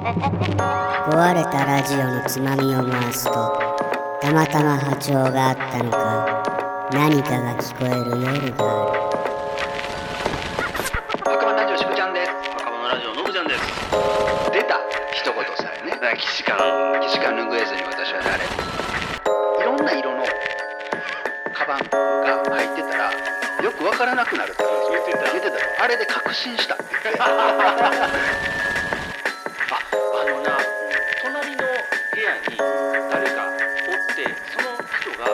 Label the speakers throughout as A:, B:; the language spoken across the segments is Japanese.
A: 壊れたラジオのつまみを回すとたまたま波長があったのか何かが聞こえる夜がある
B: 若者ラジオしぶちゃんです若者ラジオのぶちゃんです出た一言さえねだから岸から岸から拭えずに私はなれいろんな色のカバンが入ってたらよくわからなくなるって言ってた言ってたあれで確信したああのな隣の部屋に誰かおってその人が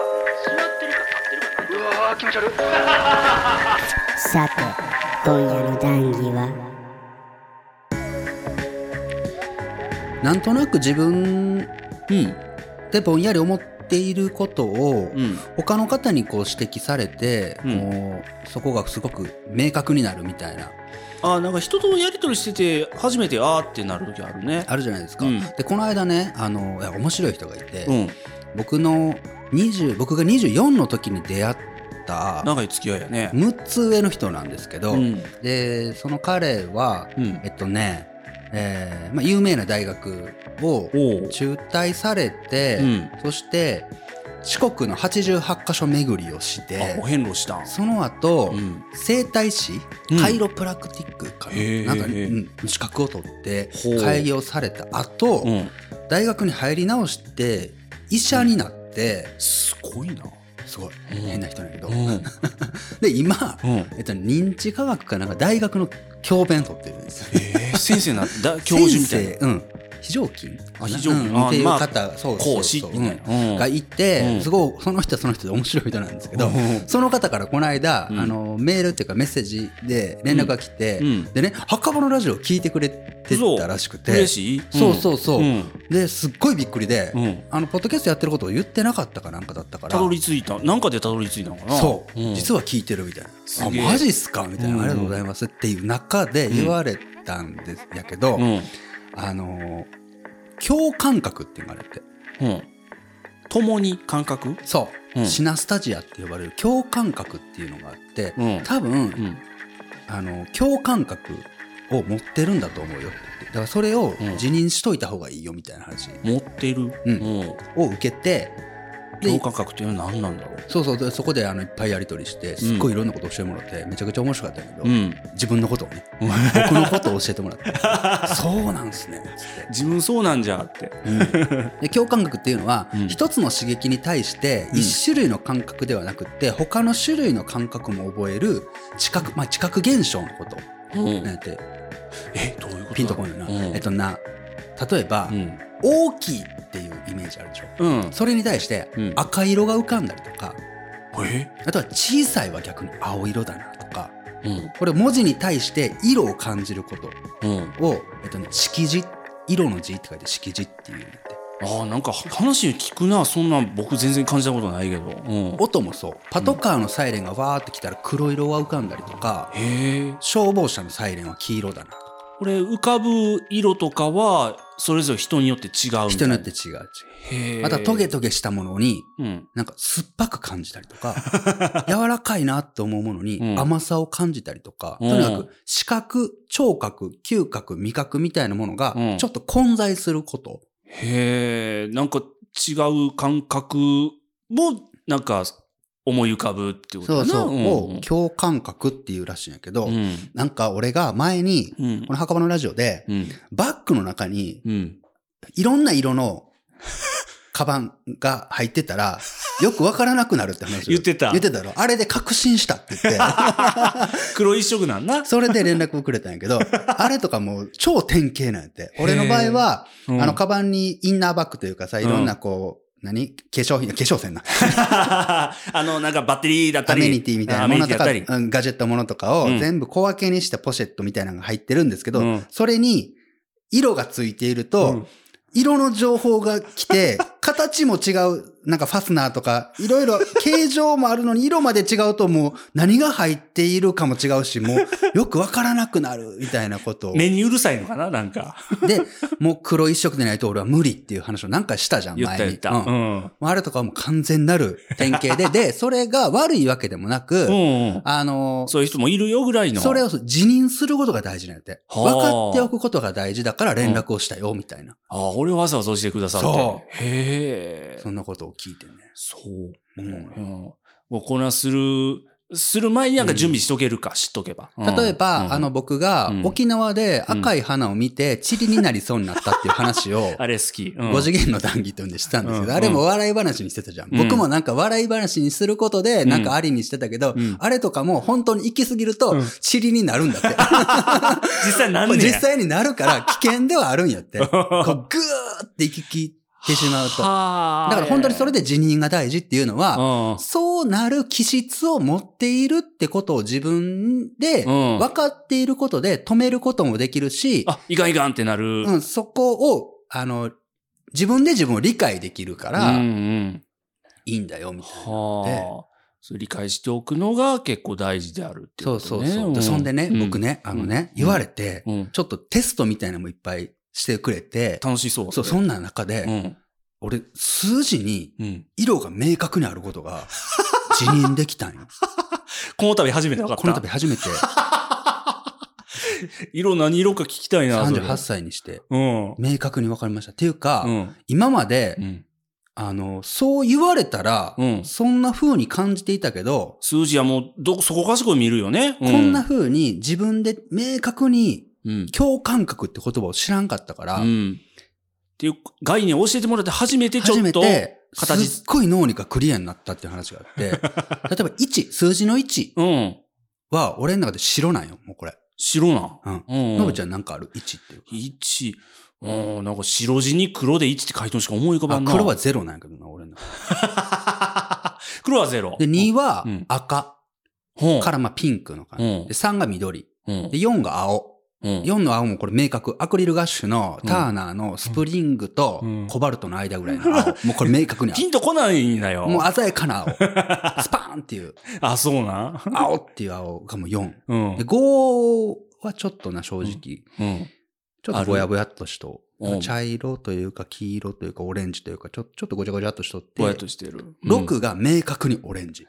B: 座ってるか立ってるかなんうわー気持ち悪い
A: さて今夜の談義は
C: なんとなく自分でぼんやり思っていることを、
D: うん
C: 他の方にこう指摘されて、
D: うん
C: こうそこがすごく明確になるみたいな
D: あーなんか人とやり取りしてて初めてあーってなる時あるね
C: あるじゃないですか。
D: うん
C: でこの間ねあのいや面白い人がいて、
D: うん
C: 僕の20僕が24の時に出会った
D: 長い付き合いやね
C: 6つ上の人なんですけど、
D: うん
C: でその彼は、
D: うん
C: えっとね、えーまあ、有名な大学を
D: おう
C: 中退されて、
D: うん
C: そして四国の88カ所巡りをし
D: あ
C: て
D: お遍路したん
C: その後、
D: うん
C: 整体師、
D: うん
C: カイロプラクティックかな,、
D: へー
C: なんか、うん資格を取って
D: ほう
C: 開業された後、
D: うん
C: 大学に入り直して医者になって、
D: すごいな
C: すごい
D: うん
C: 変な人なんやけど、
D: うん
C: で今、
D: うん
C: えっと、認知科学かなんか大学の教鞭取ってるんですよ
D: えー先生なだ教授みたいな
C: 先生うん非常勤
D: あ非常勤
C: うん
D: あ
C: っていう
D: まあ
C: 方、そうそう
D: 講師
C: そう
D: みたいな
C: うん
D: うん
C: がいて、
D: うん
C: すごいその人はその人で面白い人なんですけど、
D: うん
C: その方からこの間、
D: うん
C: あのメールっていうかメッセージで連絡が来て、
D: うん
C: でね「墓場のラジオ」聞いてくれて
D: そう
C: たらしくて
D: 嬉しい
C: そうそうそう、
D: ん
C: ですっごいびっくりで、
D: うん
C: あのポッドキャストやってることを言ってなかったかなんかだったから
D: たどり着いたなんかでたどり着いたのかな
C: そう、
D: ん
C: 実は聞いてるみたいな「
D: す
C: あ
D: げえ
C: マジっすか?」みたいな、
D: うん
C: ありがとうございます」っていう中で言われたんですやけど、
D: うん
C: あのー共感覚っていうのがあれって
D: うん共に感覚
C: そう、
D: うん
C: シナスタジアって呼ばれる共感覚っていうのがあって、
D: うん
C: 多分、
D: うん
C: あの共感覚を持ってるんだと思うよって言ってだからそれを
D: うん
C: 辞任しといた方がいいよみたいな話
D: 持ってる
C: うん
D: うん
C: を受けて、で
D: 共感覚っていうのは何なんだろう
C: そうそうでそこであのいっぱいやり取りしてすっごいいろんなこと教えてもらって、めちゃくちゃ面白かったんやけど、
D: うん
C: 自分のことをね僕のことを教えてもらって そうなんすねつって
D: 自分そうなんじゃって
C: で共感覚っていうのは、
D: うん
C: 一つの刺激に対して
D: うん
C: 一種類の感覚ではなくって、他の種類の感覚も覚える知覚、まあ、知覚現象のこと
D: うん
C: なんて
D: えどういうことだ
C: ピンとこないな、
D: うん
C: えっとな例えば、
D: うん
C: 大きいっていうイメージあるでしょ
D: うん
C: それに対して
D: うん
C: 赤色が浮かんだりとか、
D: え
C: あとは小さいは逆に青色だなとか
D: うん
C: これ文字に対して色を感じること
D: うん
C: を、えっとね、色字色の字って書いて色字っていうんだって
D: あーなんか話聞くなそんなん僕全然感じたことないけどうん
C: 音もそうパトカーのサイレンがわーってきたら黒色が浮かんだりとか、
D: へえ
C: 消防車のサイレンは黄色だな
D: これ浮かぶ色とかはそれぞれ人によって違うみたいな
C: 人によって違う
D: へ
C: 違
D: え
C: うまたトゲトゲしたものに
D: うん
C: なんか酸っぱく感じたりと か柔らかいなと思うもの
D: う
C: に
D: ん
C: 甘さを感じたりとか、
D: うん
C: とにかく視覚聴覚嗅覚味覚みたいなものが
D: うん
C: ちょっと混在すること、
D: へえなんか違う感覚もなんか思い浮かぶってこ
C: そ
D: とだ
C: う
D: な
C: そう、
D: ん
C: を共感覚っていうらしいんやけど、
D: うん
C: なんか俺が前に
D: うん
C: この墓場のラジオで
D: うん
C: バッグの中に
D: うん
C: いろんな色の カバンが入ってたら、よくわからなくなるって話を
D: 言ってた
C: 言ってたろ。あれで確信したって 言って、
D: 黒一色なんな
C: それで連絡をくれたんやけど、あれとかもう超典型なんやって。俺の場合は、
D: うん
C: あの、カバンにインナーバッグというかさ、いろんなこう、何化粧品、化粧せんな。
D: あの、なんかバッテリーだった
C: ア
D: り。
C: メニティみたいな
D: ア
C: も
D: メ
C: の
D: ニテ
C: と
D: ィだっ
C: か、
D: た
C: う
D: り。
C: んガジェットものとか
D: う
C: を
D: ん
C: 全部小分けにしたポシェットみたいなのが入ってるんですけど、
D: うん
C: それに色がついていると、
D: うん
C: 色の情報が来て、形も違う、なんかファスナーとか、いろいろ形状もあるのに色まで違うともう何が入っているかも違うし、もうよくわからなくなるみたいなことを。
D: 目にうるさいのかななん か。
C: で、もう黒一色でないと俺は無理っていう話をなんかしたじゃん、
D: 言っ
C: 前
D: た言っ
C: に。
D: た。
C: うん
D: うん。
C: もうあれとかはもう完全なる典型で、 で、それが悪いわけでもなく、
D: うん。
C: あのー
D: そういう人もいるよぐらいの。
C: それを辞任することが大事なんやって。分
D: はあ
C: かっておくことが大事だから連絡をしたよ、みたいな。
D: ああ、俺をわざわざ教えてくださって。
C: そ
D: へえ。
C: そんなことを聞いてね。
D: そ
C: う
D: う。
C: ん
D: うん。もうこんなする、する前になんか準備しとけるか、知っとけば。うん
C: 例えば、
D: うん
C: あの僕が
D: うん
C: 沖縄で赤い花を見て、塵になりそうになったっていう話 を、
D: あれ好き。うん
C: 5次元の談義というんでしたんですけ
D: うん
C: ど、あれも笑い話にしてたじゃん。
D: うん
C: 僕もなんか笑い話にすることで、
D: ん
C: なんかありにしてたけど
D: うん、
C: あれとかも本当に行き過ぎると
D: うん、
C: 塵になるん だって。
D: 実際なんねや
C: 実 際になるから危険ではあるんやって。こうぐーって行き切ってしまうと。
D: はあ。
C: だから本当にそれで辞任が大事っていうのは、
D: うん。
C: そうなる気質を持っているってことを自分で
D: うん
C: 分かっていることで止めることもできるし、
D: あ、いかんいかんってなる。
C: うん、そこを、あの、自分で自分を理解できるか
D: うん
C: ら、
D: うん。
C: いいんだよ、みたいな。
D: はあ。それ理解しておくのが結構大事であるってい
C: そう
D: こと、ね。
C: そうそう。
D: ん
C: そんでね、僕。ね、あのね、
D: うん
C: 言われて、
D: うんうん
C: ちょっとテストみたいなのもいっぱいしてくれて、
D: 楽しそう。
C: そう、そんな中で、
D: うん。
C: 俺、数字に
D: うん。
C: 色が明確にあること が、辞任できたんよ。
D: この度初めて分かった。
C: この度初めて、
D: 色何色か聞きたいな。それ
C: 38歳にして、
D: うん。
C: 明確に分かりました。っていうか、
D: うん。
C: 今まで、
D: うん。
C: あの、そう言われたら、
D: うん
C: そんな風に感じていたけど、
D: 数字はもう、ど、そこかしこい見るよね。う
C: こんな、風に自分で明確に
D: うん。
C: 共感覚って言葉を知らんかったから、
D: うん。っていう概念を教えてもらって初めてちょ
C: 初
D: っ
C: め
D: と、
C: て、
D: 形
C: すっごい脳裏がクリアになったっていう話があ って、例えば1、数字の1
D: うん。
C: は俺の中で白なんよ、もうこれ。
D: 白な。
C: うん。
D: うん。
C: のぶちゃんなんかある ?1 っていう。
D: 1、うん、なんか白地に黒で1って書いてるしか思い浮かば
C: あ
D: んな。
C: 黒は、ゼロなんやけどな、俺の。
D: 黒はゼロ。
C: で、2は
D: うん
C: 赤
D: うん、
C: からまあピンクの感じ。
D: うん
C: で、3が緑。
D: うん
C: で、、4が青。
D: うん
C: 4の青もこれ明確。アクリルガッシュのターナーのスプリングと
D: うん
C: コバルトの間ぐらいの青。もうこれ明確に
D: ピンとこ ないんだ
C: あ
D: よ。
C: る。もう鮮やか な青。スパーンっていう、
D: あ、そ うな。
C: 青っていう青がもう4。
D: うん
C: で、。5はちょっとな、正直。
D: うん。
C: ちょっとぼやぼやっとしと
D: うん。
C: 茶色というか黄色というかオレンジというか、ちょちょっとごちゃごちゃっとしとって
D: ぼやっ。としてる。うん。
C: 6が明確にオレン ジ。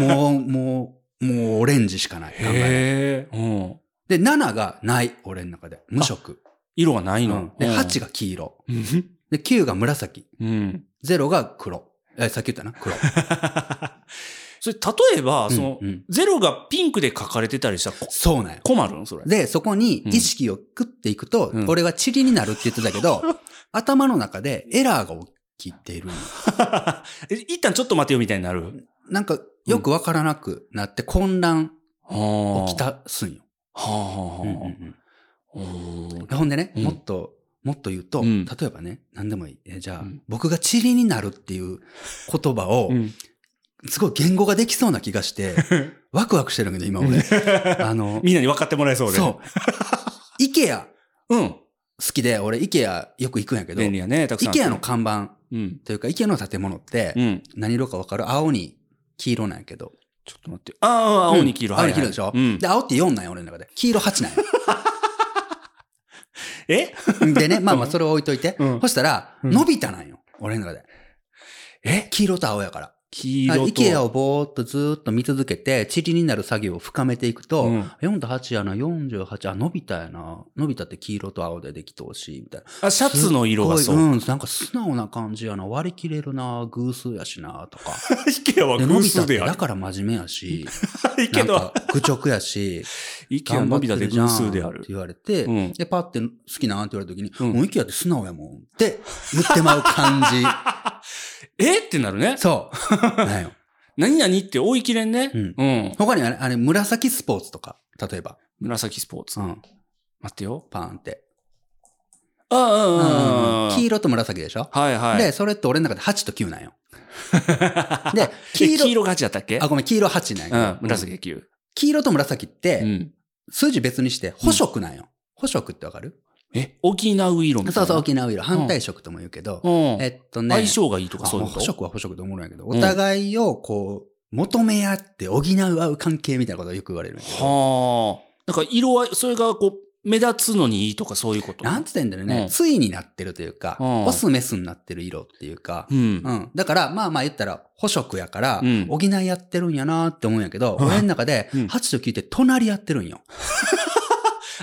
C: もう、もう、もうオレンジしかない。考え
D: へえ。うん。
C: で、7がない。俺の中で。無色。
D: 色がないうの
C: ん。で、8
D: が。
C: が黄色。
D: うん
C: で、9が紫。
D: うん。
C: 0が黒。え、さっき言ったな。黒。
D: それ、例えば、その
C: うんうん、
D: ゼロがピンクで書かれてたりしたらこ
C: そうなんよ。
D: 困るんそれ。
C: で、そこに意識を食っていくと、
D: うん
C: 俺は塵になるって言ってたけ ど、頭の中でエラーが起きているの。
D: え一旦ちょっと待てよみたいになる。
C: なんか、よくわからなくなって混乱
D: は
C: 起き。たすんよ。
D: はあはあ
C: うんうん
D: はあ。うん
C: うんほんでね、
D: うん
C: もっと、もっと言うと、
D: うん
C: 例えばね、何でもいい。えじゃあ、
D: うん
C: 僕が塵になるっていう言葉を、
D: うん。
C: すごい言語ができそうな気がして、ワクワクしてるんだけど、今 俺。あの、
D: みんなに分かってもらえそうで。
C: そう。イケア
D: う。うん。
C: 好きで、俺、イケアよく行くんやけど、
D: 便利
C: イ
D: やね、たくさん。
C: ケアの。看板
D: うん。
C: というか、イケアの建物って
D: う、ん。
C: 何色かわかる青に黄色なんやけど。
D: ちょっと待って。ああ、青に黄
C: う
D: 色。
C: ん青
D: はい
C: に
D: は
C: 黄色
D: い
C: でしょ、
D: うん
C: で、青って4なんや、俺の中で。黄色8なんや。
D: え
C: で ね、まあまあ、それを置いといて。
D: うん
C: そしたら、
D: うん
C: のび太なんよ。俺の中で。
D: え
C: 黄色と青やから。
D: 黄
C: イ
D: 色と。
C: ケアをぼーっとずーっと見続けて、塵になる作業を深めていくと、
D: うん
C: 4と8やな、48、あ、のび太やな。のび太って黄色と青でできてほしい、みたいな。
D: あ、シャツの色が
C: す
D: そ。
C: っごいううん、なんか素直な感じやな。割り切れるな、偶数やしな、とか。
D: イケアは
C: で、の
D: 偶
C: び太っ
D: 数
C: て
D: であ
C: だ
D: る。
C: から真面目や し、
D: イケ
C: な
D: ア
C: ん
D: は
C: か、愚直や し、
D: イケア
C: 頑張
D: の
C: っ
D: び
C: て
D: 太で
C: るじゃ
D: 偶
C: ん
D: 数であ
C: っ
D: る
C: て。言われて、
D: うん
C: で、パって好きなんって言われた時に、
D: うん
C: もうイケアって素直やもんって言ってまう感じ。
D: えってなるね。
C: そう。 なんよ。
D: 何々って追い切れんね。
C: うん
D: うん。
C: 他にはね、あれ、紫スポーツとか、例えば。
D: 紫スポーツ
C: う。ん。
D: 待ってよ。
C: パーンって。
D: ああ、ああ、ああ
C: 黄。色と紫でしょ、
D: はいはい。
C: で、それって俺の中で8と9なんよ。 で、
D: 黄
C: 黄
D: 色。
C: 色
D: 黄色が8だったっけ
C: あ、ごめん、黄色8なん
D: う
C: よ。
D: ん。紫が9。
C: 黄色と紫って、
D: うん。
C: 数字別にして、補色なんよ。補色ってわかる
D: え、補う色みたいな。
C: そうそう、沖縄色。反対色とも言うけど、
D: うん。
C: えっとね、
D: 相性がいいとか
C: あ
D: そういう
C: 補
D: こと。
C: 色は補色で思うんやけど、
D: うん
C: お互いをこう、求め合って補い合う関係みたいなことをよく言われるんやけど
D: はあ。なんか色は、それがこう、目立つのにいいとかそういうこと。
C: なんつってんだろう
D: う
C: ね
D: ん、
C: ついになってるというか、
D: うん
C: オスメスになってる色っていうか
D: う、ん
C: う。ん。だから、まあまあ言ったら、補色やから
D: うん、
C: 補い合ってるんやなって思うんやけど、
D: うん
C: 俺の中で
D: うん、
C: 8と聞いて隣やってるんよ。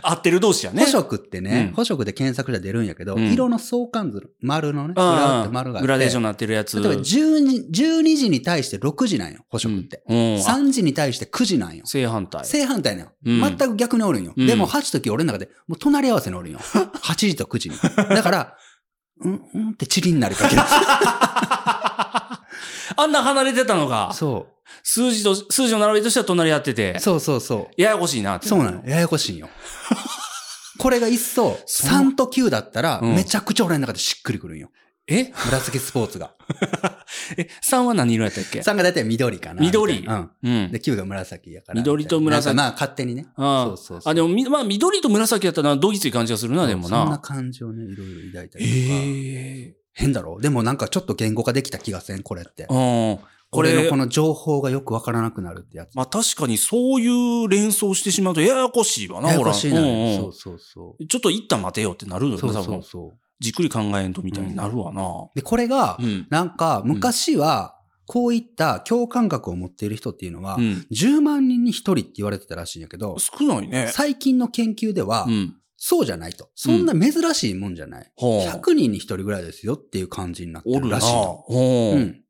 D: 合ってる同士やね。
C: 補色って
D: う
C: ね
D: ん、
C: 補色で検索で出るんやけど、
D: うん
C: 色の相関図、丸のね、グラ
D: あ
C: って丸があっ
D: あ。
C: て。
D: グラデーションになってるやつ。
C: 例えば12 12時に対して6時なんよ、補色って。
D: うん。うんあ
C: 3時に対して9時なんよ。
D: 正反対。
C: 正反対なんよ。
D: うん
C: 全く逆におるんよ。
D: うん
C: でも8時俺の中で、もう隣り合わせにおるん よ。8時と9時に。だから、うん、うんってチリになりか ける。
D: あんな離れてたのが、
C: そ
D: 数字と、数字の並びとしては隣り合ってて
C: う。、そうそうそう。
D: ややこしいなって。
C: そうなの。ややこしいんよ。これが一層、
D: そう
C: 3と9だったら、
D: うん
C: めちゃくちゃ俺の中でしっくりくるんよ。
D: え
C: 紫スポーツが。
D: え、3は何色やったっけ
C: 3が大体緑かな。み
D: 緑
C: たいな
D: う
C: うん。
D: ん
C: で、。9が紫やから。
D: 緑と紫
C: なんかまあ、勝手にね。
D: ああ
C: そうそうそう
D: あ、でもみ、まあ、緑と紫やったらな、どぎつい感じがするな、でも
C: そんな
D: な。
C: 感情ね、いろいろ抱いたりとか。
D: へえ。
C: 変だろでもなんかちょっと言語化できた気がせん、これって。
D: うん。こ
C: これ
D: れ
C: のこ、の情報がよくわからなくなるってやつ。
D: まあ確かにそういう連想してしまうとややこしいわな、
C: やや
D: ほら。
C: こしいな、
D: うんうん
C: そうそうそ
D: ちょっと一旦待てよってなるよ
C: う。
D: ね、多
C: そうそ
D: 分
C: う。そう。
D: じっくり考えんとみたいになるわな。
C: で、これが
D: う、ん。
C: なんか昔は、こういった共感覚を持っている人っていうのは
D: う、ん。
C: 10万人に1人って言われてたらしいんやけど、
D: 少ないね。
C: 最近の研究では
D: う、ん。
C: そうじゃないと。そんな珍しいもんじゃない。
D: ほう。
C: 100人に1人ぐらいですよっていう感じになって
D: お
C: る
D: る
C: ら
D: な。
C: しいの。
D: ほ
C: う
D: う。
C: ん。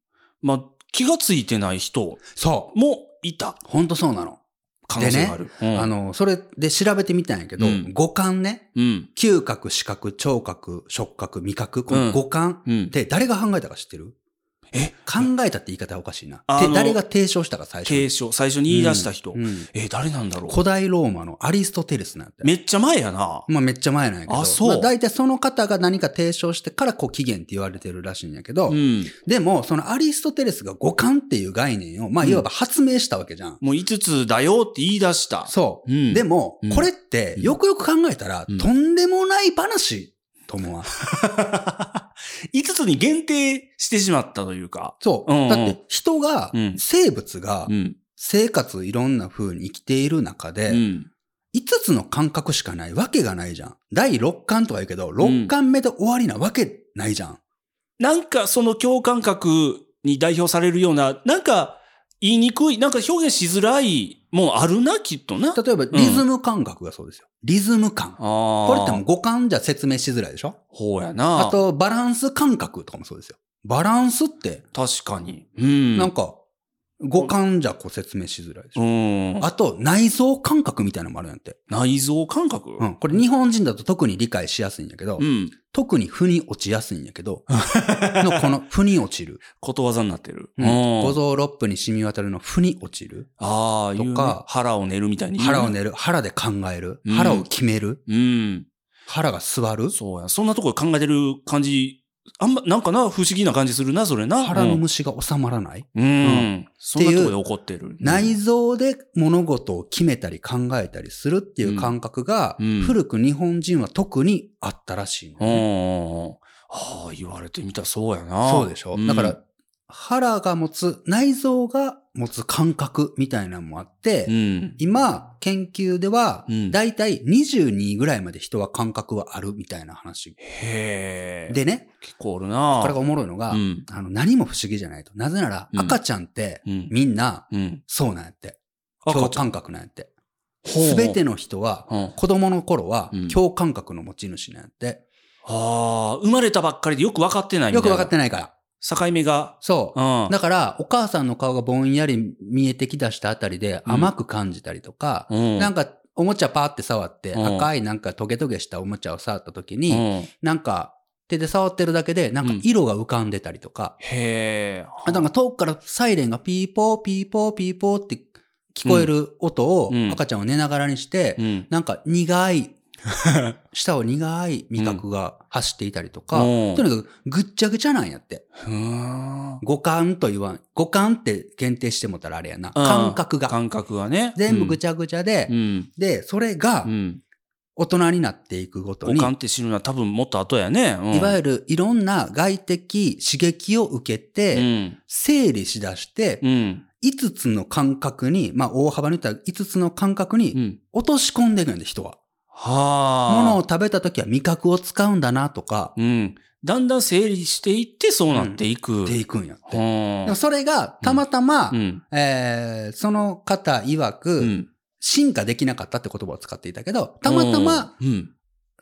D: まあ、気がついてない人
C: そう。
D: もいた
C: ほんとそうなの。
D: 可能性がある。うん
C: あ、の、それで調べてみたんやけど
D: うん、
C: 五感ね。
D: うん。
C: 嗅覚、視覚、聴覚、触覚、味覚、この五感
D: うん
C: っ。て誰が考えたか知ってる
D: え
C: 考えたって言い方はおかしいな。
D: あ
C: て
D: の
C: 誰が提唱したか最初に。
D: 継承、最初に言い出した人
C: う。ん
D: え、誰なんだろう
C: 古。代ローマのアリストテレスなんて。
D: めっちゃ前やな。
C: まあめっちゃ前なんやけど。
D: あそう
C: まあ大体その方が何か提唱してからこう起源って言われてるらしいんやけど、
D: うん。
C: でもそのアリストテレスが五感っていう概念を、まあ
D: うん
C: いわば発明したわけじゃん。
D: もう5つだよって言い出した。
C: そう。
D: うん
C: でも
D: うん、
C: これってよくよく考えたら、
D: うん
C: とんでもない話と思わん。
D: 5つに限定してしまったというか。
C: そう。
D: うんうん
C: だって人が、
D: うん
C: 生物が
D: う、ん。
C: 生活いろんな風に生きている中で、
D: うん。
C: 5つの感覚しかないわけがないじゃん。第6巻とか言うけど、6巻目で終わりなわけないじゃん。
D: なんかその共感覚に代表されるような、なんか言いにくい、なんか表現しづらいもんあるな、きっとな。
C: 例えば、リズム感覚がそうですよ。リズム感。こ
D: こ
C: れってもう五感じゃ説明しづらいでしょ
D: ほうやな。
C: あ、と、バランス感覚とかもそうですよ。バランスって、
D: 確かに。うん。
C: なんか、五感じゃこう説明しづらいでし
D: う
C: ょ、
D: ん。
C: あと、内臓感覚みたいなのもあるんやって。
D: 内臓感覚
C: う。ん。これ日本人だと特に理解しやすいんやけど、
D: うん。
C: 特に腑に落ちやすいんやけ ど、のこの腑に落ちる。
D: ことわざになってる。
C: うん五臓六腑に染み渡るの腑に落ちる。
D: ああ、いうね
C: とか
D: 腹を寝るみたいに言うね。
C: 腹を寝る。腹で考える
D: うん。
C: 腹を決める。
D: うん。
C: 腹が座る。
D: そうや。そんなところ考えてる感じ、あんま、なんかな、不思議な感じするな、それな。
C: 腹の
D: うん
C: 虫が収まらない。
D: うん。そんなところで怒ってる。
C: 内臓で物事を決めたり考えたりするっていう感覚が、
D: うん
C: 古く日本人は特にあったらしいの
D: うんう
C: ね、
D: んうん。はあ、言われてみたらそうやな。
C: そうでしょ、
D: ん
C: だから、、腹が持つ、内臓が持つ感覚みたいなのもあって、
D: うん。
C: 今、研究では
D: うん、
C: だいたい22ぐらいまで人は感覚はあるみたいな話。
D: へえ。、
C: でね、
D: 結構おるな。
C: これがおもろいのが、
D: うん。
C: あの、何も不思議じゃないと。なぜなら
D: う、ん
C: 赤ちゃんって、
D: うん。
C: みんな、
D: うん。
C: そうなんやって。
D: 赤
C: 共
D: ちゃ
C: 感
D: ん
C: 覚なんやって。すべての人は、
D: ほうほううん
C: 子供の頃は
D: うん、
C: 共感覚の持ち主なんやって。
D: ああ、生まれたばっかりでよく分かってないみ
C: よく
D: たいな
C: わかってないから。
D: 境目が。
C: そう
D: う。ん。
C: だから、お母さんの顔がぼんやり見えてきだしたあたりで
D: うん
C: 甘く感じたりとか、
D: うん
C: なんか、おもちゃパーって触って、
D: うん
C: 赤いなんかトゲトゲしたおもちゃを触った時
D: う
C: に、
D: ん。
C: なんか、手で触ってるだけで、なんか色が浮かんでたりとか、
D: へえ。
C: あなんか遠くからサイレンがピーポーピーポーピーポーって聞こえる音を
D: うん
C: 赤ちゃんを寝ながらにして、
D: うん。
C: なんか苦い、舌を苦い味覚が走っていたりとか、
D: うん
C: とにかくぐっちゃぐちゃなんやって。
D: ふーん。
C: 五感と言わん、五感って限定してもたらあれやな。
D: うん
C: 感覚が。
D: 感覚がね。
C: 全部ぐ
D: ち
C: ちゃぐちゃで、
D: うん。
C: で、それが
D: うん。
C: 大人になっていくごと
D: 五
C: に、
D: 感って知るのは多分もっと後やね。うん、
C: いわ
D: ゆ
C: ゆるいろんな外的刺激を受けて、
D: うん。
C: 整理しだして、
D: うん。
C: 5つの感覚に、まあ大幅に言ったら5つの感覚
D: う
C: に
D: ん。
C: 落とし込んでいくんやで、人は。ものを
D: はあ。
C: 食べた時は味覚を使うんだなとか、
D: うん。だんだん整理していって、そうなっていく。
C: っていくんやって。
D: は
C: で
D: あ
C: もそれがたまたま、
D: うん。
C: えーその方曰く、
D: うん。
C: 進化できなかったって言葉を使っていたけど、たまたま
D: うん。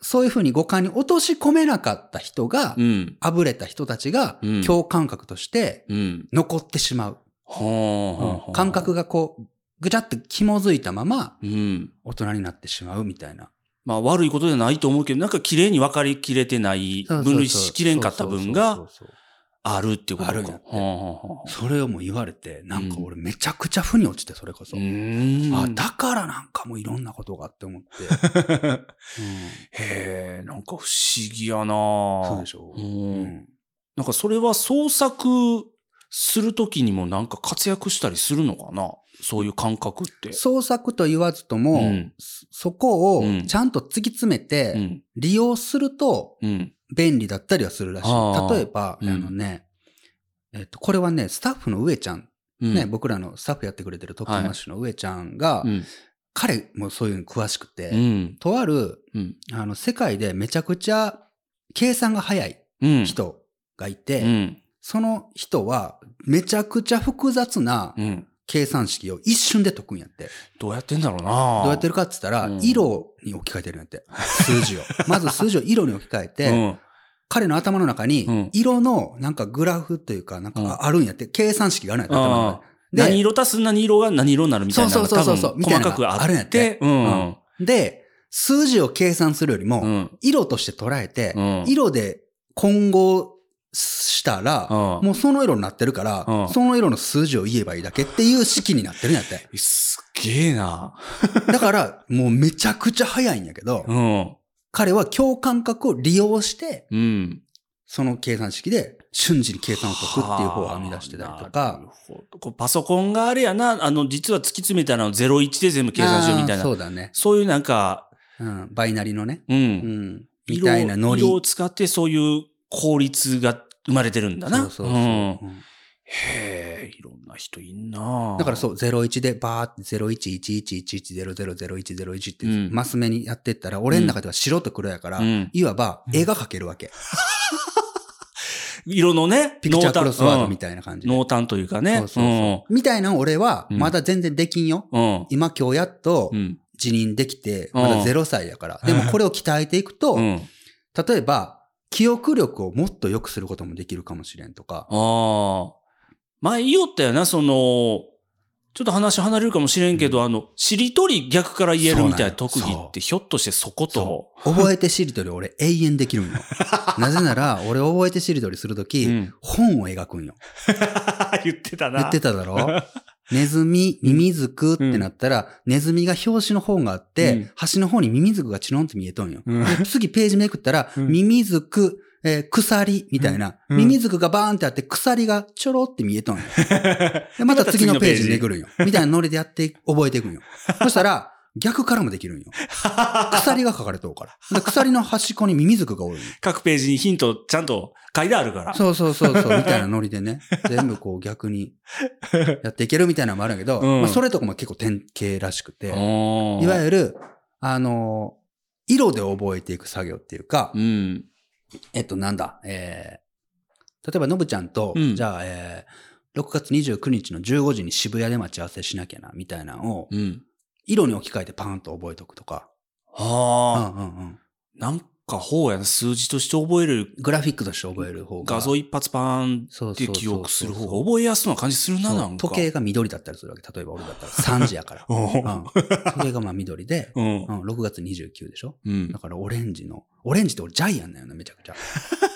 C: そういうふうに五感に落とし込めなかった人が
D: う、ん。
C: あぶれた人たちが
D: うん
C: 共感覚として
D: うん。
C: 残ってしまう。
D: はあ。
C: 感。覚がこう、ぐちゃっと紐づいたまま
D: うん。
C: 大人になってしまうみたいな。
D: まあ悪いことじゃないと思うけど、なんか綺麗に分かりきれてない、
C: そうそうそう
D: 分類しきれんかった分
C: そ
D: が
C: うそうそうそう
D: あるってことか。
C: あるんやって
D: はあはあはあ
C: それをもう言われて、なんか俺めちゃくちゃ負に落ちて、それこそ。
D: うーん。
C: あ、だからなんかもういろんなことがあって 思って。
D: へえ、なんか不思議やな
C: うんそう
D: ぁ
C: でしょ
D: う。
C: うん
D: ん。なんかそれは創作するときにもなんか活躍したりするのかなそういう感覚って。
C: 創作と言わずとも、
D: うん
C: そそこを
D: うん
C: ちゃんと突き詰め
D: う
C: て
D: ん。
C: 利用すると
D: うん。
C: 便利だったりはするらしい。
D: あー
C: 例えば、
D: うん
C: あのね、えっと、これはね、スタッフの上ちゃん、
D: うん。
C: ね、僕らのスタッフやってくれてるトップマッシュの上ちゃんが、
D: うん。
C: 彼もそういうの詳しくて、
D: うん。
C: とある、
D: うん。
C: あの、世界でめちゃくちゃ計算が早い
D: うん。
C: 人がいて、
D: うん。
C: その人はめちゃくちゃ複雑な
D: うん。
C: 計算式を一瞬で解くんやって。
D: どうやってんだろうな
C: どうやって
D: る
C: るかって言ったら、
D: うん
C: 色に置き換えてるんやって。数 字を。まず数字を色に置き換えて、
D: うん。
C: 彼の頭の中
D: う
C: に
D: ん、
C: 色のなんかグラフというか、なん
D: うん
C: かああるんやって、計算式があるんやって、頭の中にで
D: 何色足す何色が何色になるみたいなのが
C: そうそうそうそう
D: 多
C: み
D: 分
C: たいな
D: 細
C: のが
D: かくあって。
C: あるんやって
D: うん。
C: で、数字を計算するよりも、
D: うん。
C: 色として捉えて、
D: うん
C: 色で混合したら、
D: うん
C: もうその色になってるから、
D: うん
C: その色の数字を言えばいいだけっていう式になってるんやって。
D: すっげえな
C: だから、もうめちゃくちゃ早いんやけど、
D: うん。
C: 彼は共感覚を利用して、
D: うん。
C: その計算式で瞬時に計算を解くっていう方を編み出してたりと
D: はあ。なる
C: か。
D: ほどこうパソコンがあれやな、あの、実は突き詰めたら01で全部計算しようみたい
C: あー
D: な。そ
C: そううだね。
D: いうなんか、
C: うん。バイナリのね。
D: うん。
C: うん。
D: 色
C: みたいなノリ。
D: 色を使ってそういう効率が生まれてるんだな。
C: そうそうそう。
D: ん
C: うん
D: へえ、いろんな人いんな
C: だから
D: う。
C: そう、01でバーって0111111000101って
D: うん
C: マス目にやってったら、俺の中では白と黒やから、
D: うん。
C: いわば絵が描けるわけ。
D: 色のね、
C: ピクチャークロスワードみ
D: た
C: たいな感じ
D: い
C: で。
D: 濃淡というかね。
C: そうそうそう。みたいな俺は、
D: うん
C: まだ全然できんよ。
D: うん。
C: 今今日やっと
D: うん。
C: 辞任できて、
D: うん
C: まだ0歳やから。でもこれを鍛えていくと、
D: うん。
C: 例えば、記憶力をもっと良くすることもできるかもしれんとか。
D: ああ。前言おったよな、その、ちょっと話離れるかもしれんけど、あの、しりとり逆から言えるみたいな
C: そう
D: 特
C: なんよ
D: 技って、ひょっとしてそこと。
C: 覚えてしりとり俺永遠できるんよ。なぜなら、俺覚えてしりとりするとき、
D: うん
C: 本を描くんよ。
D: 言ってたな。
C: 言ってただ ろネズミ、ミミズクってなったら、ネズミが表紙の本があって、
D: うん
C: 端の方にミミズクがチロンって見えとんよ。
D: うん
C: で次ページめくったら、
D: うん
C: ミミズク、えー鎖みたいな、
D: うん
C: ミミズクがバーンってあって、鎖がちょろって見え とんよ。でまた次のページにめくるんよ。みたいなノリでやって、覚えていく んよ。そしたら、逆からもできるんよ。鎖が書かれとうから。で鎖の端っこにミミズクがおるん よ。
D: 各ページにヒントちゃんと書いてあるから。
C: そうそうそうそう、みたいなノリでね、全部こう逆 にやっていけるみたいなのもあるんやけど、
D: うん
C: まあ、それとかも結構典型らしくて、
D: い
C: いわ
D: る。
C: ゆる、あのー色で覚えていく作業っていうか、
D: うん。
C: えっと、なんだ、えー、例えば、のぶちゃんと、
D: うん
C: じゃあ、えー、6月29日の15時に渋谷で待ち合わせしなきゃな、みたいなのを、
D: うん。
C: 色に置き換えてパーンと覚えとくとか、うん
D: ああ、
C: うんうん、
D: なんか方やな、数字として覚えれる。
C: グラフィックとして覚える方が、
D: 画像一発パーン
C: そうそ
D: っ
C: う
D: て
C: そうそう
D: 記憶する方が覚えやすそうな感じするな、なんか。
C: 時計。が緑だったりするわけ。例えば俺だった ら3時やから。うん。それがまあ緑で、
D: うん
C: う。ん、6月29でしょ
D: うん
C: だ。からオレンジの、オレンジって俺ジャイアンだよな、めちゃくちゃ。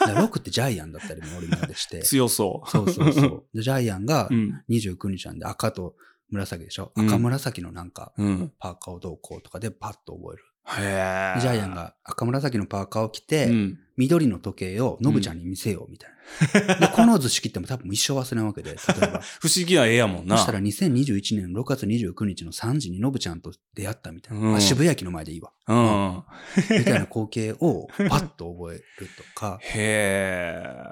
C: だから6ってジャイアンだったりも俺までして。
D: 強そ
C: そうそうそう。でジャイアンが
D: う。うん。
C: 29日なんで赤と紫でしょ
D: うん
C: 赤紫のなんか
D: うん。
C: パーカーをどうこうとかでパッと覚える。
D: へえ。
C: ジャイアンが赤紫のパーカーを着て、
D: うん。
C: 緑の時計をノブちゃんに見せようみたいな。で、この図式っても多分一生忘れないわけ で、例えば。
D: 不思議な絵やもん
C: そ
D: な。
C: したら2021年6月29日の3時にノブちゃんと出会ったみたいな。
D: うん
C: あ渋谷駅の前でいいわ。
D: うん。、
C: みたいな光景をパッと覚えるとか
D: へ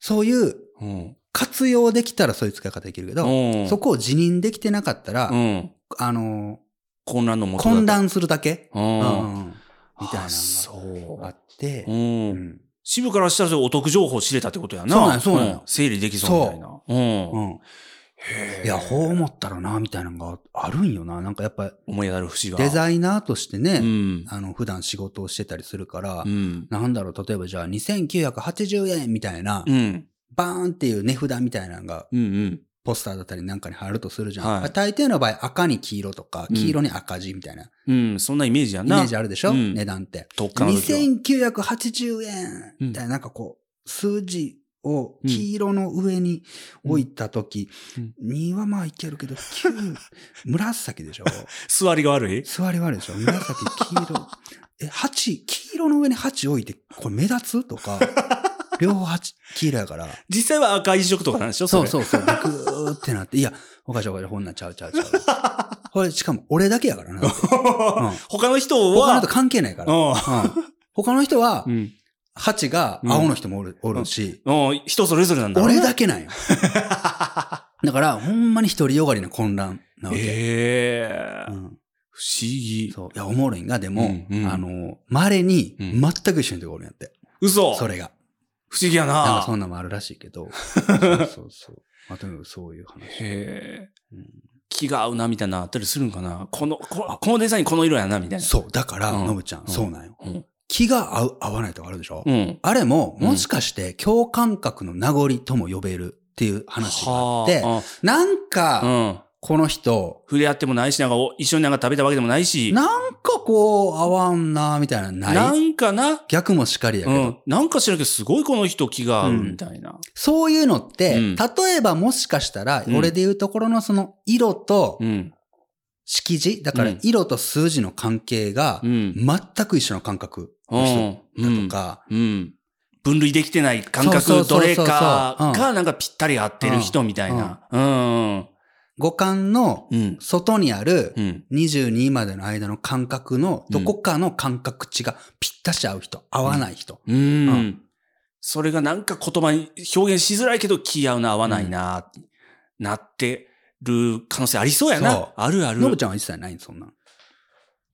C: そういう
D: え。うん。
C: 活用できたらそういう使い方できるけど、
D: うん。
C: そこを辞任できてなかったら、
D: うん。
C: あの、
D: 混乱のもと。
C: 混。乱するだけ、
D: う。
C: うんんみたいな
D: あ
C: の
D: そう
C: があ。って
D: う、。
C: うんん
D: 支部からしたらそれお得情報知れたってことやな。
C: そうなんやそうなんや
D: ん整理できそうみたいな。う。
C: うんん
D: へえ
C: いや、ほう思ったらな、みたいなのがあるんよな。なんかやっぱ
D: 思い上がる節が。
C: デザイナーとしてね、
D: うん。
C: あの、普段仕事をしてたりするから、
D: うん。
C: なんだろう、例えばじゃあ2980円みたいな、
D: うん。
C: バーンっていう値札みたいなのが、
D: うんうん。
C: ポスターだったりなんかに貼るとするじゃん。
D: はい
C: あ大抵の場合、赤に黄色とか、
D: うん
C: 黄色に赤字みたいな、
D: うん。そんなイメージや
C: イメ
D: な。
C: ージあるでしょ、
D: うん
C: 値段って。
D: 特化の時は
C: 2980円みたいな、なんかこう、数字を黄色の上に置いたとき、
D: うん
C: 2はまあいけるけど、9、紫でしょ
D: 座りが悪い
C: 座り悪いでしょ紫、黄色。え、8、黄色の上に8置いて、これ目立つとか、両方8、黄色やから。
D: 実際は赤一色とかなんでしょ
C: そう
D: う。
C: そうそう、ぐーってなって、いや、おかしいおかしい、ほんなんちゃうちゃうちゃう。これ、しかも俺だけやからな。
D: 他の人
C: 他の
D: は
C: 人、関係ないから。うん
D: う
C: 他の人は、
D: ん。うん。
C: 8が青の人もおる,、おるし、
D: うん、人それぞれなんだろうね
C: 俺だけなんよ。 だから、ほんまに独りよがりな混乱なわけ。
D: ええ
C: うん
D: 不思議。
C: そういや、おもろいんが、でも、
D: うんうん
C: あの、稀に、
D: うん
C: 全く一緒にとこおるんやって。
D: 嘘
C: それが。
D: 不思議や
C: なん
D: な
C: か。そんなんもあるらしいけど。そうそうそう。 まあ、とにかくそういう話。
D: へえ
C: うん
D: 気が合うなみたいなのあったりするんかなこの、ここのデザインこの色やなみたいな。
C: そう。だから、
D: うん
C: のぶちゃん、
D: ん
C: そうなんよ。
D: うん。
C: 気が合う、合わないとかあるでしょ、
D: うん。
C: あれも、もしかして、共感覚の名残とも呼べるっていう話があって、
D: は
C: なん
D: あ
C: か、
D: うん。
C: この人、
D: 触れ合ってもないし、なんかお一緒になんか食べたわけでもないし。
C: なんかこう、合わんな、みたいな、ない。
D: なんかな。
C: 逆もしかりや
D: う
C: けど、
D: ん。なんか知らんけど、すごいこの人気が合うみたいな。
C: そういうのって、
D: うん
C: 例えばもしかしたら、
D: うん
C: 俺で言うところのその色と
D: うん。
C: 色字、だから
D: うん
C: 色と数字の関係が
D: う、ん。
C: 全く一緒の感覚の人だとか、
D: うん。分類できてない感
C: そう
D: 覚、
C: そう
D: ど
C: そう
D: れ
C: そう
D: か
C: うん
D: がなんかぴったり合ってる人みたいな。うん。
C: 五感の
D: うん。
C: 外にある
D: うん。
C: 22までの間の感覚のどこかの感覚値がぴったし合う人、合わない人。
D: うん。
C: うん
D: それがなんか言葉に表現しづらいけど、気合うな、合わないな、なってる可能性ありそうや
C: そう
D: な。あるある。
C: ノブちゃんは一切ないんそんなん。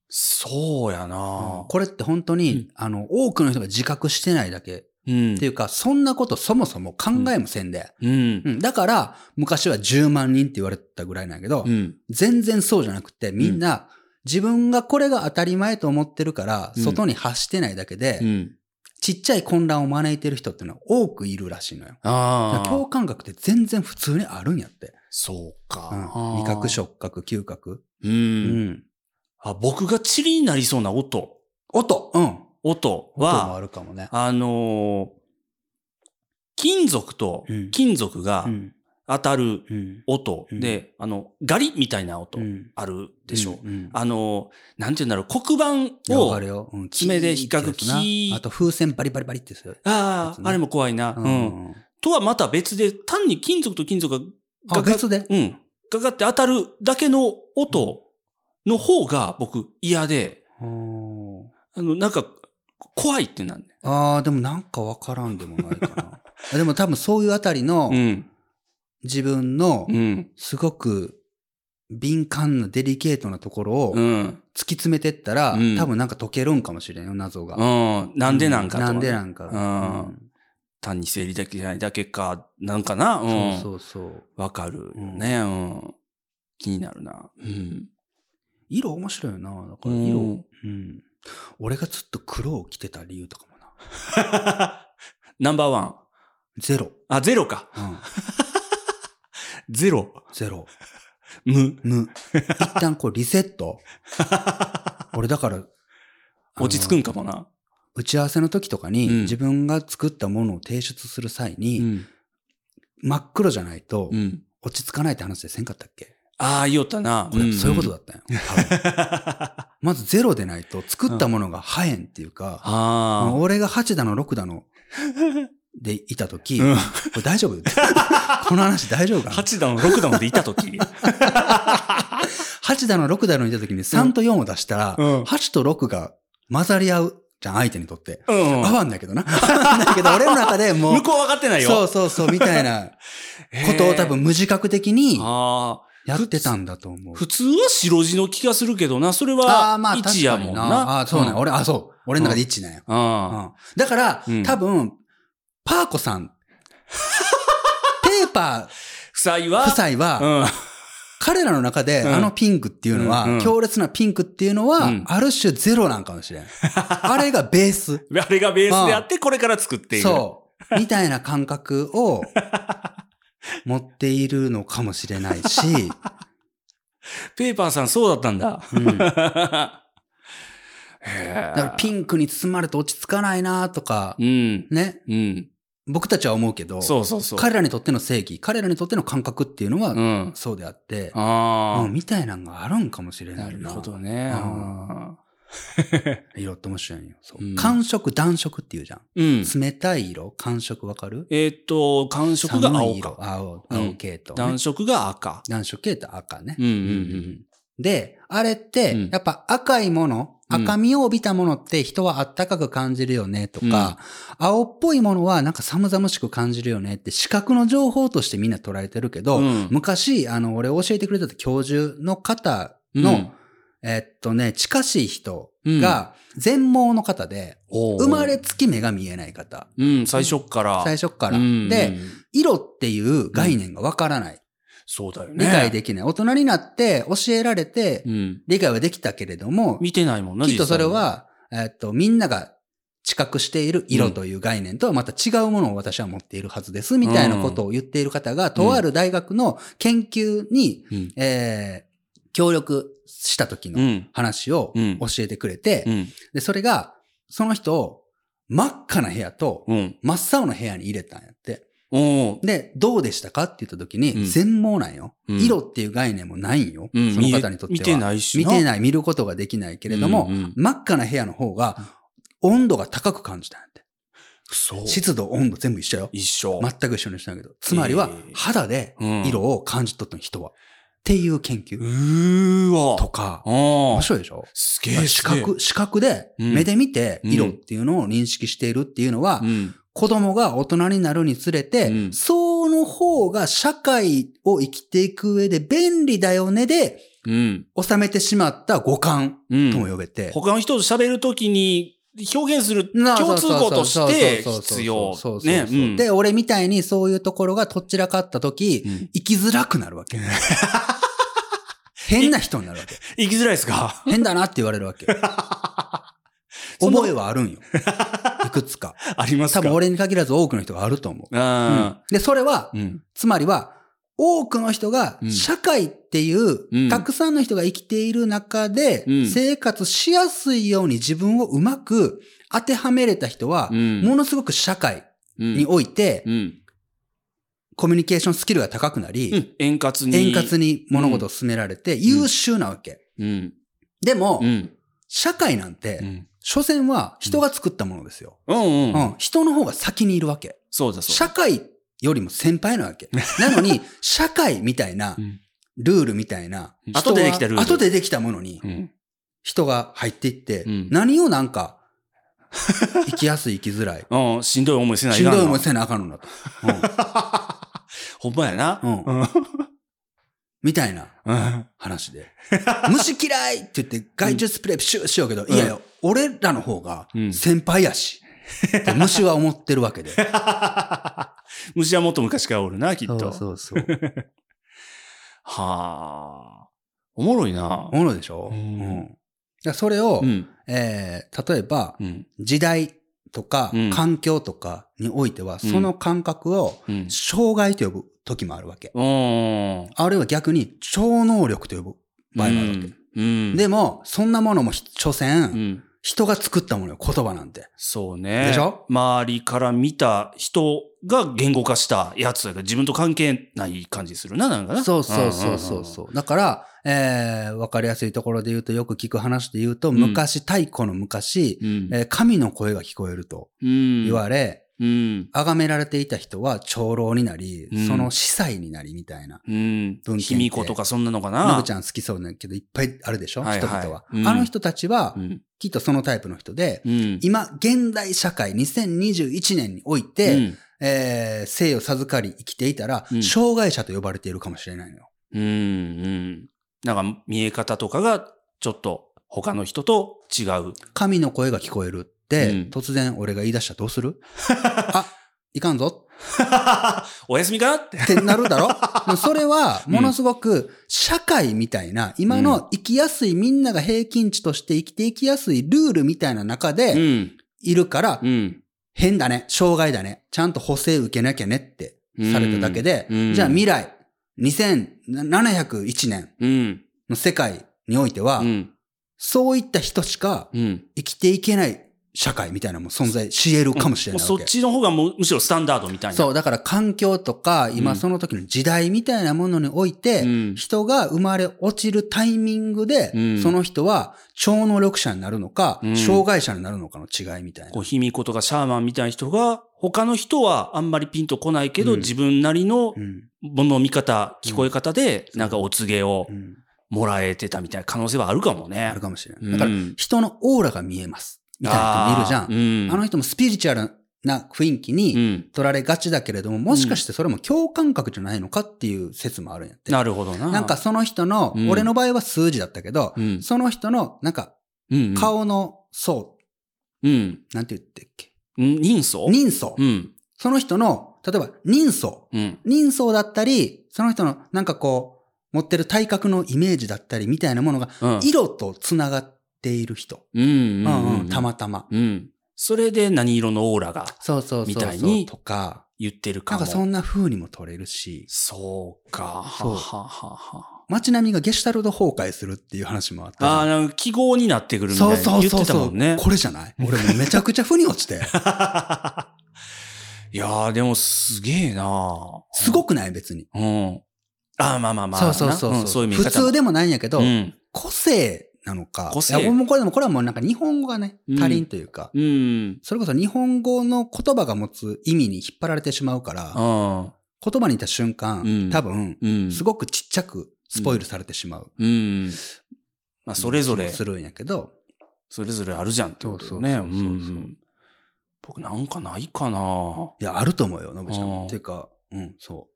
D: そうやな。
C: これって本当
D: う
C: に
D: ん、
C: あの、多くの人が自覚してないだけ。
D: うん
C: ってい。うか、そんなことそもそも考えもせんで。
D: うん
C: う。ん、だから、昔は10万人って言われてたぐらいなんやけど、
D: うん。
C: 全然そうじゃなくて、みんな、自分がこれが当たり前と思ってるから、
D: うん
C: 外に発してないだけで、
D: うん。
C: ちっちゃい混乱を招いてる人っていうのは多くいるらしいのよ。だ
D: あ
C: から
D: あ
C: 共。感覚って全然普通にあるんやって。
D: そう
C: うん
D: か。
C: 味覚、。触覚、嗅覚。
D: う。
C: うんん。
D: あ、僕がチリになりそうな音。
C: 音うん。
D: 音
C: 音もあ
D: は、
C: るかもね。
D: あのー金属と
C: うん
D: 金属が
C: うん。
D: 当たる
C: うん。
D: 音で、あの、ガリみたいな音
C: うん
D: あるでしょ。
C: うんうん
D: あの、なんて言うんだろう、黒板
C: わ
D: を
C: か、るよ。うん
D: 爪で比較
C: キーってやつな
D: キー
C: あと風船バリバリバリってする。や
D: あ
C: つね
D: あ、あれも怖いな、うん。
C: うん。
D: とはまた別で、単に金属と金属が、
C: あ、
D: がが
C: 別で
D: うん。かかって当たるだけの音の方が僕嫌で、
C: うん
D: あの、なんか、怖いってなんね。
C: ああ、でもなんかわからんでもないか な。あでも多分そういうあたりの
D: うん。
C: 自分の
D: うん。
C: すごく敏感なデリケートなところを
D: う
C: 突
D: ん。
C: き詰めてったら、
D: うん
C: 多分なんか解けるんかもしれんよ、謎が。
D: うん。なんでなんかとか
C: な
D: ね
C: んでなんか。
D: うん単に生理できないだけか、なんかな。う。
C: うんんそうそうそう。
D: わかるよね、うん。気になるな。うん。
C: 色面白いよな。だから色、う
D: 色
C: ん。俺がずっと黒を着てた理由とかもな。
D: ナンバーワン。
C: ゼロ。
D: あ、ゼロか。
C: うん。
D: ゼロ。
C: ゼロ。
D: 無。
C: 無。一旦こうリセット。俺だから、あの
D: 落ち着くんかもな。
C: 打ち合わせの時とかに、
D: うん
C: 自分が作ったものを提出する際に、
D: うん。
C: 真っ黒じゃないと
D: うん。
C: 落ち着かないって話でせんかったっけ、
D: ああ、言おったな。
C: これそういうこと
D: だ。
C: だ ったんよ。多分まずゼロでないと作ったものが生えんっていうか、まあ
D: あ
C: 俺が8だの6だのでいたとき、
D: うん
C: これ大 丈夫この話大丈夫
D: あ。
C: かな
D: 8段、6段でいたと き。
C: 8だの6だのいたときに3と4を出したら、
D: うん
C: 8と6が混ざり合うじゃん、相手にとって。
D: うん
C: 合わんだけどな。合わんだけど、俺の中でもう
D: 向、こう分かってないよ。
C: そうそうそう、みたいなことを多分無自覚的に
D: ああ。
C: やってたんだと思う。
D: 普通は白地の気がするけどな、それ
C: ああ
D: は
C: ー、まあ、確
D: 1
C: か
D: やも
C: に
D: ん
C: な。
D: な。
C: ああー、そうなんや、
D: ん
C: 俺、あ、そう。俺の中で1なんや。う
D: あ
C: んだから、
D: うん
C: 多分、パーコさ ん、ペーパ
D: あ。夫妻
C: ー
D: は、
C: 夫妻は、
D: うん。
C: 彼らの中で、
D: うん
C: あのピンクっていうのは、
D: うんうん
C: 強烈なピンクっていうのは、
D: うん
C: ある種ゼロなんかもしれん。あれがベース。
D: あれがベースであって、これから作っている。
C: そう。みたいな感覚を持っているのかもしれない し、
D: ペーパーさんそうだった んだ。
C: うん、だか
D: へ
C: らピンクに包まれて落ち着かないなとか、
D: うん。
C: ね、
D: うん。
C: 僕たちは思うけど、
D: そうそうそう。
C: 彼らにとっての正義、彼らにとっての感覚っていうの
D: う
C: は、
D: ん。
C: そうであって、
D: あ
C: うんみたいなのがあるんかもしれ
D: あ。
C: な
D: ない
C: な。
D: るほどね。
C: う
D: あ
C: 色って面白いよ。そう
D: うん
C: 寒色、暖色っていうじゃん。
D: ーうん。
C: 冷たい色、寒色わかる
D: えーっと、寒色が
C: 寒い
D: 青
C: 色
D: か。
C: 青、
D: うん
C: 青系統、ね
D: 暖色が赤。
C: 暖色系統赤ね。
D: うんうん
C: で、あれっ
D: うん
C: て、やっぱ赤いもの、
D: うん
C: 赤みを帯びたものって人はあったかく感じるよねとか、青っぽいものはなんか寒々しく感じるよねって視覚の情報としてみんな捉えてるけど、
D: うん。うん。
C: 昔、あの、俺教えてくれた教授の方の、
D: うん
C: えっとね、近しい人が全盲の方で、
D: おー
C: 生まれつき目が見えない方。
D: うん、最初っから。
C: 最初から。
D: うんう
C: で、
D: ん
C: 色っていう概念がわからない。
D: そうだよね。
C: 理解できない。大人になって教えられて
D: う、ん。
C: 理解はできたけれども、
D: 見てないもんな、
C: きっと
D: 実際
C: それ、は、えっと、みんなが知覚している色という概念とはまた違うものを私は持っているはずです、みたいなことを言っている方が、とある大学の研究に、
D: うん。
C: えー協力した時
D: う
C: の
D: ん。
C: 話を
D: うん
C: 教えてくれて
D: う、ん。
C: で、それが、その人を真っ赤な部屋と
D: うん。
C: 真っ青な部屋に入れたんやって。
D: おー
C: で、どうでしたかって言った時に、
D: うん
C: 全盲なんよ。
D: うん
C: 色っていう概念もないんよ。
D: うん。
C: その方にとっては。
D: 見え見てないし
C: 見て
D: い
C: ない、見ることができないけ
D: け
C: れども、
D: うんうん
C: 真っ赤な部屋の方が温度が高く感じたんやって。
D: そう。
C: 湿度、温度全部一緒よ。
D: 一緒。
C: 全く一緒にしたんやけど。つまりは
D: えー
C: 肌で
D: うん
C: 色を感じ取った人は。っていう研
D: う
C: 究
D: ーわ。
C: とか、
D: あ
C: 面
D: あ。
C: 白いでしょ
D: すげえ。
C: 視
D: すげえ。
C: 覚、視覚で
D: うん
C: 目で見て
D: うん
C: 色っていうのを認識しているっていうのは、
D: うん。
C: 子供が大人になるにつれて、
D: うん
C: その方が社会を生きていく上で便利だよねで
D: うん。
C: 収めてしまった五感
D: うん。
C: とも呼べて、
D: 他の人と喋るときに表現する
C: な
D: 共通語として
C: そうそうそうそう
D: 必要
C: そう。そう
D: ね
C: そう。そう
D: うん
C: で、俺みたいにそういうところがとっちらかった時、
D: うん
C: 生きづらくなるわけ。変な人になるわけ。
D: 生きづらいですか
C: 変だなって言われるわけ。
D: そんな
C: 覚えはあるんよ。いくつか。
D: あります
C: 多
D: か
C: 分俺に限らず多くの人があると思う。うん
D: あ
C: で、それは
D: ー、うん。
C: つまりは、多くの人が
D: うん
C: 社会っていう、
D: うん
C: たくさんの人が生きている中で
D: うん、
C: 生活しやすいように自分をうまく当てはめれた人は、
D: うん
C: ものすごく社会
D: うん
C: において
D: う、ん。
C: コミュニケーションスキルが高くな
D: う
C: り、
D: ん円滑に。
C: 円滑に物事を進められて優秀なわけ。
D: うん。
C: でも
D: う、ん。
C: 社会なん
D: う
C: て、
D: ん。
C: 所詮は人が作ったものですよ。
D: うんう。
C: うんん人の方が先にいるわけ。
D: そうだそうだ。
C: 社会よりも先輩なわ け。なのに、社会みたいな
D: うん、
C: ルールみたいな
D: うん、
C: 人は
D: 後でできたルール
C: 後でできたものに
D: う、ん。
C: 人が入っていって
D: うん、
C: 何をなんか、生きやすい、生きづらい。
D: うん。しんどい 思いせない
C: しんどい思い
D: ない。
C: せなあかんのだと。うん
D: ほんまやな。
C: うん
D: うん。
C: みたいな
D: うん
C: 話で。虫嫌いって言って、害虫スプレープシューしようけど、いやいや、俺らの方が
D: うん
C: 先輩やし。って 虫は思ってるわけで。
D: 虫はもっと昔からおるな、きっと。
C: うそう。
D: はあ。おもろいな。
C: ものでしょ
D: う
C: うんん。だからそれを
D: う、ん。
C: えー例えば、
D: うん。
C: 時代とか
D: うん
C: 環境とかにおいては、
D: うん
C: その感覚を
D: うん。
C: 障害と呼ぶ時もあるわけ。
D: うん。
C: あるいは逆に超能力と呼ぶ場合もあるわけ。
D: うん。
C: でも、そんなものもひ、所詮、
D: うん。
C: 人が作ったものよ、言葉なんて。
D: そうね。
C: でしょ
D: 周りから見た人が言語化したやつやから自分と関係ない感じするな、なんかな。
C: そうそうそうそうそう。だから、えー、わかりやすいところで言うと、よく聞く話で言うと、
D: ん
C: 昔、太古の昔、
D: うん
C: えー神の声が聞こえると
D: うん
C: 言われ、
D: うん。
C: 崇められていた人は長老になり、
D: うん
C: その司祭になりみたいな。
D: う
C: 文
D: ん。
C: 献って
D: 卑弥呼とかそんなのかな。
C: のぶちゃん好きそうだけど、いっぱいあるでしょ、
D: はいは
C: 人
D: い
C: 々は、
D: うん
C: あの人たちは
D: う、ん。
C: きっとそのタイプの人で、
D: うん。
C: 今、現代社会2021年において、えー生を授かり生きていたら、
D: うん
C: 障害者と呼ばれているかもしれないのよ。
D: うん。うん。うん。なんか見え方とかが、ちょっと他の人と違う。
C: 神の声が聞こえるって、
D: うん
C: 突然俺が言い出したらどうする あ、いかんぞ
D: おやすみかって。
C: ってなるだろ もうそれは、ものすごく、社会みたいな、今の生きやすいみんなが平均値として生きていきやすいルールみたいな中
D: う
C: で
D: ん。
C: いるから、
D: うん。
C: 変だね、障害だね、ちゃんと補正受けなきゃねってされただけで、
D: うん
C: じゃあ未来、2701年
D: うん。
C: の世界においては、
D: うん。
C: そういった人しか
D: うん。
C: 生きていけない社会みたいなのも存在し得るかもしれ
D: もう
C: ないわけ。
D: そっちの方がむむしろスタンダードみたいな。
C: そう、だから環境とか、
D: う
C: 今
D: ん
C: その時の時代みたいなものにおいて、
D: うん
C: 人が生まれ落ちるタイミングで、
D: うん
C: その人は超能力者になるのか、
D: うん
C: 障害者になるのかの違いみたいな。
D: こう、卑弥呼とかシャーマンみたいな人が、他の人はあんまりピンとこないけど、
C: うん
D: 自分なりの
C: うん
D: もの見方、聞こえ方で、なんかお告げを
C: うん
D: もらえてたみたいな可能性はあるかもね。
C: あるかもしれ
D: う
C: ない。だ
D: ん
C: から、人のオーラが見えます。みたいな人もいるじゃん。あ,、
D: ん
C: の人もスピリチュアルな雰囲気
D: う
C: に
D: ん。
C: 取られがちだけれども、もしかしてそれも共感覚じゃないのかっていう説もあるんやって。
D: なるほどな。
C: なんか、その人の、
D: うん
C: 俺の場合は数字だったけど、
D: うん。
C: その人の、なんか、
D: うん。
C: 顔の層、
D: うん。
C: なんて言ってっけ
D: うん人相
C: 人相
D: う。ん。
C: その人の、例えば人相。
D: うん。
C: 人相だったり、その人のなんかこう、持ってる体格のイメージだったりみたいなものが、
D: うん。
C: 色と繋がっている人。
D: うんうん
C: う
D: うん
C: ん
D: う。
C: うんん、た。またま。
D: うん。それで何色のオーラが
C: そうそうそうそう。
D: みたいに
C: とか、
D: 言ってる
C: な
D: か
C: ん
D: も。
C: かそんな風にも取れるし、
D: そうか。は
C: そう
D: ははは。
C: 街並みがゲシュタルト崩壊するっていう話もあったじゃん。
D: ああ、なんか記号になってくるみたい
C: そうそ
D: な。
C: う
D: 言
C: そ
D: っ
C: う
D: てた
C: そ
D: も
C: う、
D: んね。
C: これじゃない俺もうめちゃくちゃ負に落ちて。
D: いやー、でもすげえな
C: すごくない別に。
D: うん。あーまあまあまあ。
C: そうそうそう。
D: なうん、そういう見方
C: 普通
D: で
C: でもないんやけど、
D: うん。
C: 個性なのか。
D: 個性
C: いやもうこれでもこれはもうなんか日本語がね、足りんというか、
D: うん。
C: それこそ日本語の言葉が持つ意味に引っ張られてしまうから、
D: あ
C: 言葉にいた瞬間、
D: うん
C: 多分、
D: ーうん。
C: すごくちっちゃくスポイルされてしまう。
D: うん。まあ、それぞれ、
C: するんやけど、
D: それぞれあるじゃんってことだよね。
C: そううんそうそうそう
D: うん。僕なんかないかない
C: や、あると思うよ、のぶちゃん。
D: あー
C: っていうか、うん、そ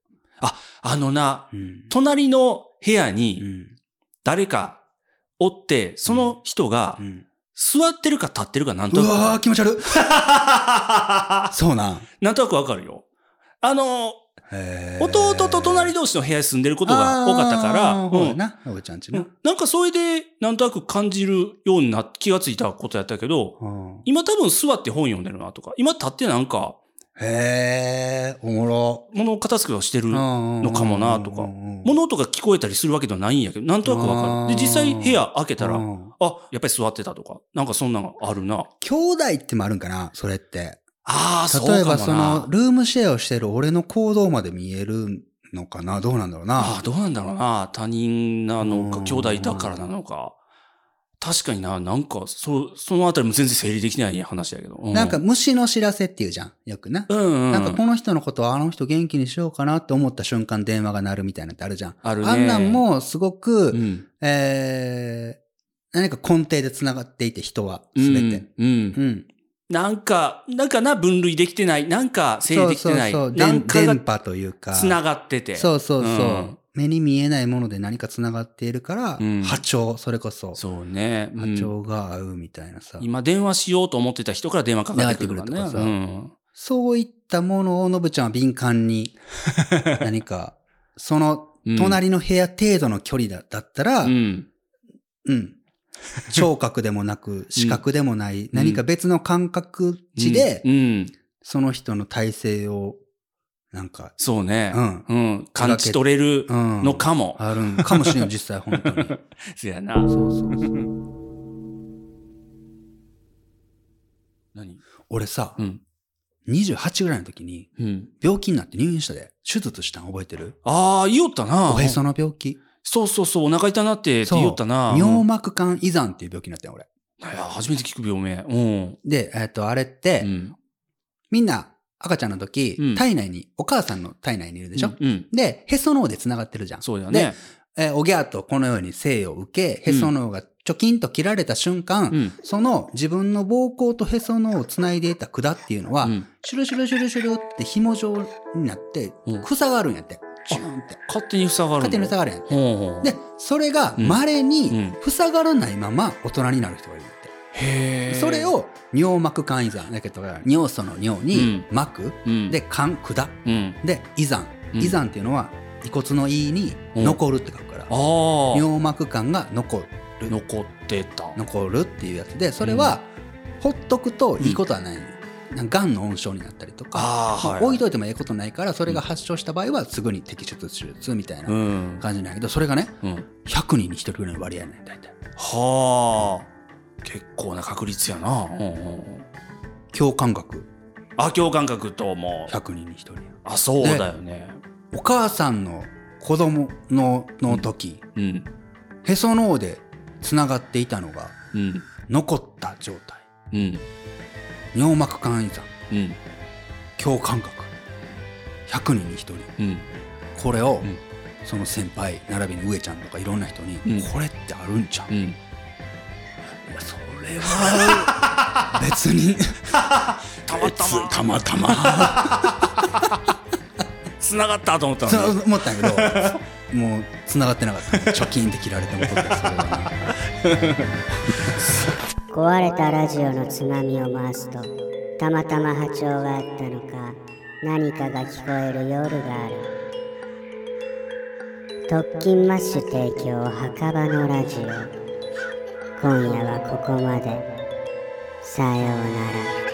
D: あのな、
C: う。うん。
D: 隣の部屋
C: う
D: に
C: ん。
D: 誰かおって、その人が
C: うん
D: 座ってるか立ってるかなんと
C: う
D: なく。
C: わー、気持ち悪いそうなん。
D: なんとなくわかるよ。あの、
C: へー
D: 弟と隣同士の部屋に住んでることが多かったから、
C: あーほ
D: う
C: うんな、のぶちゃんち
D: う
C: な。
D: んなんかそれで、なんとなく感じるようになっ気がついたことやったけど、
C: うん
D: 今多分座って本読んでるなとか、今立ってなんか
C: へえ、おもろ。
D: 物を片付けをしてる、
C: の
D: かもなとか
C: 物
D: 物音が聞こえたりするわけではないんやけど、なんとなくわかる。で、実際部屋開けたら、あ、やっぱり座ってたとか、なんかそんなのあるな。
C: 兄弟ってもあるんかなそれって。
D: ああ、そうかも
C: 例
D: な。
C: えばその、ルームシェアをしてる俺の行動まで見えるのかなどうなんだろう
D: ああ、
C: な
D: どうなんだろうな。他人なの
C: う
D: か、
C: ん
D: 兄弟だからなのか。確かにな、なんか、そ、そのあたりも全然整理できない話だけど。う
C: なんか、虫の知らせっていうじゃん。よくな。
D: うんうん。
C: なんかこの人のことをあの人元気にしようかなって思った瞬間電話が鳴るみたいなのってあるじゃん。
D: あるね。
C: あんなんもすごく、
D: うん、
C: えー、何か根底で繋がっていて人は全て。
D: うん。うん
C: うん。
D: なんか、なんかな、分類できてない。なんか、整理できてない。
C: そうそうそう。
D: なん
C: 電
D: かが
C: 電波というか。
D: 繋がってて。
C: そうそうそう。
D: うん
C: 目に見えないもので何か繋がっているから、
D: うん
C: 波長、それこそ。
D: そうね。うん
C: 波長が合うみたいなさ。
D: 今、電話しようと思ってた人から電話かかってくるから
C: か
D: ね。
C: かってく
D: う
C: るとかさ
D: ん。
C: そういったものをのぶちゃんは敏感 に、何か、その隣の部屋程度の距離だだったら、
D: う
C: うん。
D: ん。
C: 聴覚でもなく、視覚でもない、何か別の感覚値で、
D: うん。
C: その人の体勢を、なんか、
D: そうね。
C: うん
D: うん。感じ取れる
C: うん。
D: のかも。
C: あるんかもしれん、実際、本当に。
D: そやな。
C: そうそうそう。
D: 何
C: 俺さ、
D: うん。
C: 28ぐらいの時に、
D: うん。
C: 病気になって入院したで、手術したん覚えてる
D: ああ、言おったな。
C: おへその病気。
D: そうそうそう、お腹痛なってって
C: そう
D: 言ったな。
C: 尿膜管依存っていう病気になったよ、俺。
D: うんいや初めて聞く病名。うん。
C: で、えっ、と、あれって、
D: うん。
C: みんな赤ちゃんの時、
D: うん
C: 体内に、お母さんの体内にいるでしょ、
D: うんうん。
C: で、へその緒で繋がってるじゃん。
D: そうだね。
C: えーおぎゃーとこのように生を受け、へその緒がチョキンと切られた瞬間、
D: うん。
C: その自分の膀胱とへその緒を繋いでいた管っていうのは、
D: うん
C: シュルシュルシュルシュルって紐状になって
D: うん、
C: 塞がるんやって。チューンって。
D: 勝手に塞がる
C: 勝
D: んだ
C: 手に塞がるんやって。
D: ほうほう
C: で、それが
D: うん
C: 稀
D: う
C: に
D: ん
C: 塞がらないまま大人になる人がいるんやって。
D: へー
C: それ、を尿膜管依存だけど尿素の尿に
D: う
C: 膜、
D: うん、
C: で管管
D: うん、
C: で依存、
D: うん
C: 依存っていうのは遺骨の胃に残るって書くから、
D: ああ
C: 尿膜管が残る
D: 残ってた
C: 残るっていうやつでそれはほっとくといいことはないのよ、なんか癌の温床になったりとか、
D: ああ
C: まあ
D: はい、
C: 置いといてもええことないからそれが発症した場合はすぐに摘出手術みたいうなん感じなんやけどそれがね
D: うん、
C: 100人に1人ぐらいの割合なんや大体
D: はあ結構な確率やな、うんうん、
C: 共感覚
D: あ共感覚とも
C: 100人に1人
D: あそうだよね
C: お母さんの子供のの時、
D: うん
C: へその緒でつながっていたのが
D: うん
C: 残った状態
D: うん
C: 尿膜管依存
D: うん
C: 共感覚100人に1人
D: うん
C: これを、
D: うん
C: その先輩並びに上ちゃんとかいろんな人に、
D: うん
C: これってあるんちゃう、
D: う
C: い
D: ん
C: やそれは別に
D: たまたま
C: 別たまたま
D: つながったと思ったの
C: そう
D: ね
C: 思ったんやけどもう繋がってなかった貯金で切られてもことですそれはな
A: 壊れたラジオのつまみを回すとたまたま波長があったのか何かが聞こえる夜がある特勤マッシュ提供墓場のラジオ今夜はここまでさようなら